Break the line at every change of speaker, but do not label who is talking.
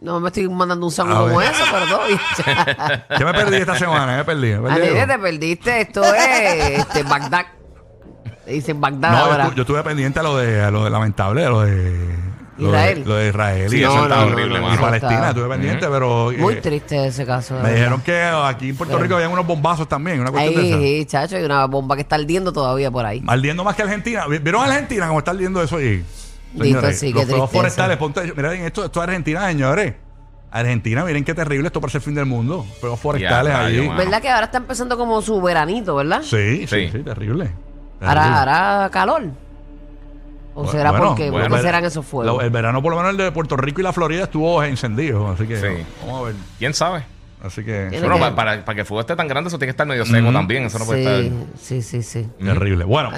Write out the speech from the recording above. No me estoy mandando un saludo
A ver.
como eso, pero todo bien.
Yo me perdí esta semana, me perdí. Me perdí
Anile,
algo.
te perdiste. Esto es este, Bagdad. Te dicen Bagdad
no, yo,
ahora.
estu- yo estuve pendiente a lo de, a lo de lamentable, a lo de. lo de-
Israel.
Lo de Israel
Sí,
y,
eso
eso
está
estaba-
horrible,
y
mano.
Palestina,
Está-
estuve pendiente, pero. eh,
Muy triste ese caso. de
me
verdad.
dijeron que aquí en Puerto Rico habían unos bombazos también, una cuestión de
Ahí,
esas.
sí, chacho, hay una bomba que está ardiendo todavía por ahí.
Ardiendo más que Argentina. ¿Vi- ¿Vieron Argentina cómo está ardiendo eso ahí?
Dito, sí, qué
los fuegos
tristeza.
forestales, ponte, miren esto, esto es Argentina, señores. Argentina, miren qué terrible esto parece el fin del mundo. Fuegos forestales
rayo,
ahí.
mano.
¿Verdad que ahora está empezando como su veranito, verdad?
Sí, sí, sí,
Sí.
terrible.
Ahora,
Terrible.
ahora calor. ¿O Pues será
Pues Bueno,
porque
bueno,
¿por qué
el-
serán esos fuegos?
lo- el verano, por lo menos el de Puerto Rico y la Florida, estuvo encendido. Así que
Sí.
vamos a ver.
¿Quién sabe?
Así que
Tiene
Bueno,
que-
pa- para, para que el fuego esté tan grande, eso tiene que estar medio seco también. Eso no puede
sí,
estar.
sí, sí, sí.
terrible. Bueno,